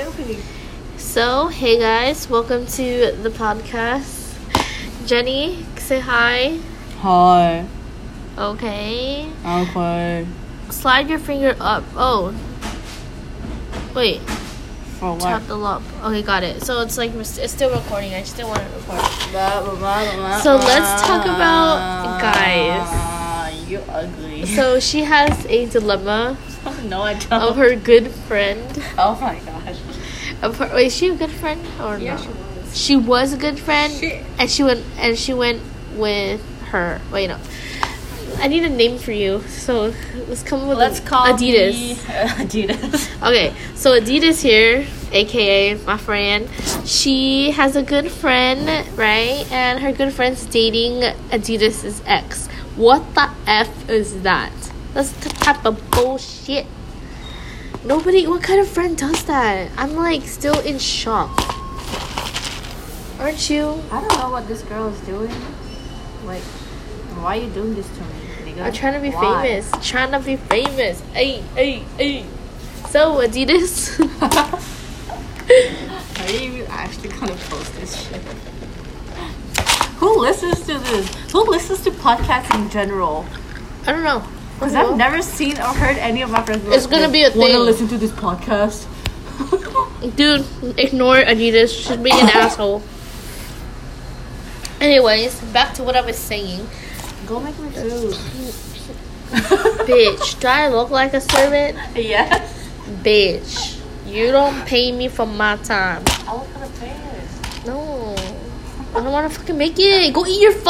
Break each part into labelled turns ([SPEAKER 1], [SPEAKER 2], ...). [SPEAKER 1] Absolutely.
[SPEAKER 2] So, hey guys, welcome to the podcast. Jenny, say hi.
[SPEAKER 3] Hi.
[SPEAKER 2] Okay.
[SPEAKER 3] Okay.
[SPEAKER 2] Slide your finger up. Oh. Wait,
[SPEAKER 3] For what?
[SPEAKER 2] tap the lump. Okay, got it. So it's like, it's still recording. I still want it recorded.
[SPEAKER 3] So
[SPEAKER 2] let's talk about guys.
[SPEAKER 3] You ugly.
[SPEAKER 2] So she has a dilemma
[SPEAKER 3] no, I don't.
[SPEAKER 2] of her good friend.
[SPEAKER 3] Oh my gosh.
[SPEAKER 2] Of her, wait, is she a good friend or
[SPEAKER 1] Yeah,
[SPEAKER 2] no?
[SPEAKER 1] she was.
[SPEAKER 2] she was a good friend
[SPEAKER 3] Shit.
[SPEAKER 2] and she went and she went with her wait no i need a name for you so let's come up with
[SPEAKER 3] Let's
[SPEAKER 2] a-
[SPEAKER 3] call
[SPEAKER 2] adidas
[SPEAKER 3] me- Adidas.
[SPEAKER 2] okay so adidas here aka my friend she has a good friend right and her good friend's dating adidas's ex what the f is that that's the type of bullshit nobody what kind of friend does that i'm like still in shock aren't you
[SPEAKER 3] I don't know what this girl is doing. Like, why are you doing this to me, nigga?
[SPEAKER 2] I'm trying to be
[SPEAKER 3] Why?
[SPEAKER 2] famous. Trying to be famous. Hey, hey, hey. So Adidas.
[SPEAKER 3] Are you even actually gonna post this shit? Who listens to this? Who listens to podcasts in general?
[SPEAKER 2] I don't know.
[SPEAKER 3] Because I've never seen or heard any of my friends.
[SPEAKER 2] It's gonna be a
[SPEAKER 3] Wanna
[SPEAKER 2] thing.
[SPEAKER 3] listen to this podcast?
[SPEAKER 2] Dude, ignore Adidas. She's being an asshole. Anyways, back to what I was saying.
[SPEAKER 3] Go make me food.
[SPEAKER 2] Bitch, do I look like a servant?
[SPEAKER 3] yes.
[SPEAKER 2] Bitch, you don't pay me for my time.
[SPEAKER 3] I was gonna pay it.
[SPEAKER 2] No. I don't want to fucking make it. Go eat your phone.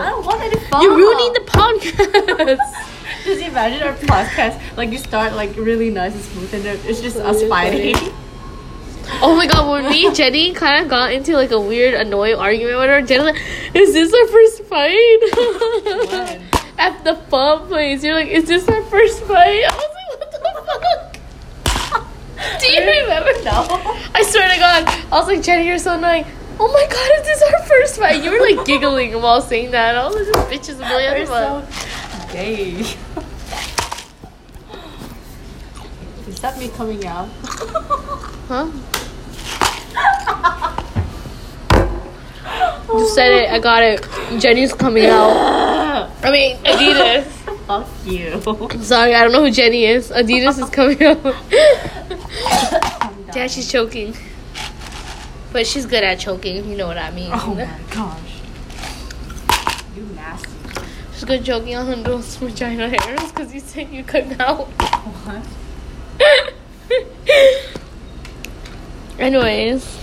[SPEAKER 3] I don't want any fun.
[SPEAKER 2] You're ruining the podcast.
[SPEAKER 3] Just imagine our podcast. Like you start like really nice and smooth, and then it's just us fighting.
[SPEAKER 2] Oh my god, when me and Jenny kind of got into like a weird, annoying argument with her, Jenny like, is this our first fight?
[SPEAKER 3] When?
[SPEAKER 2] At the pub place, you're like, is this our first fight? I was like, what the fuck? Do you remember?
[SPEAKER 3] No.
[SPEAKER 2] I swear to God, I was like, Jenny, you're so annoying. Oh my god, is this our first fight? You were like giggling while saying that. All this bitch is
[SPEAKER 3] We're
[SPEAKER 2] annoying.
[SPEAKER 3] so gay. Is that me coming out?
[SPEAKER 2] Huh? You said it, I got it. Jenny's coming out. I mean, Adidas.
[SPEAKER 3] Fuck you.
[SPEAKER 2] Sorry, I don't know who Jenny is. Adidas is coming out. yeah, she's choking. But she's good at choking, you know what I mean.
[SPEAKER 3] Oh my gosh. You nasty.
[SPEAKER 2] She's good choking on those vagina hairs because you said you couldn't out.
[SPEAKER 3] What?
[SPEAKER 2] Anyways,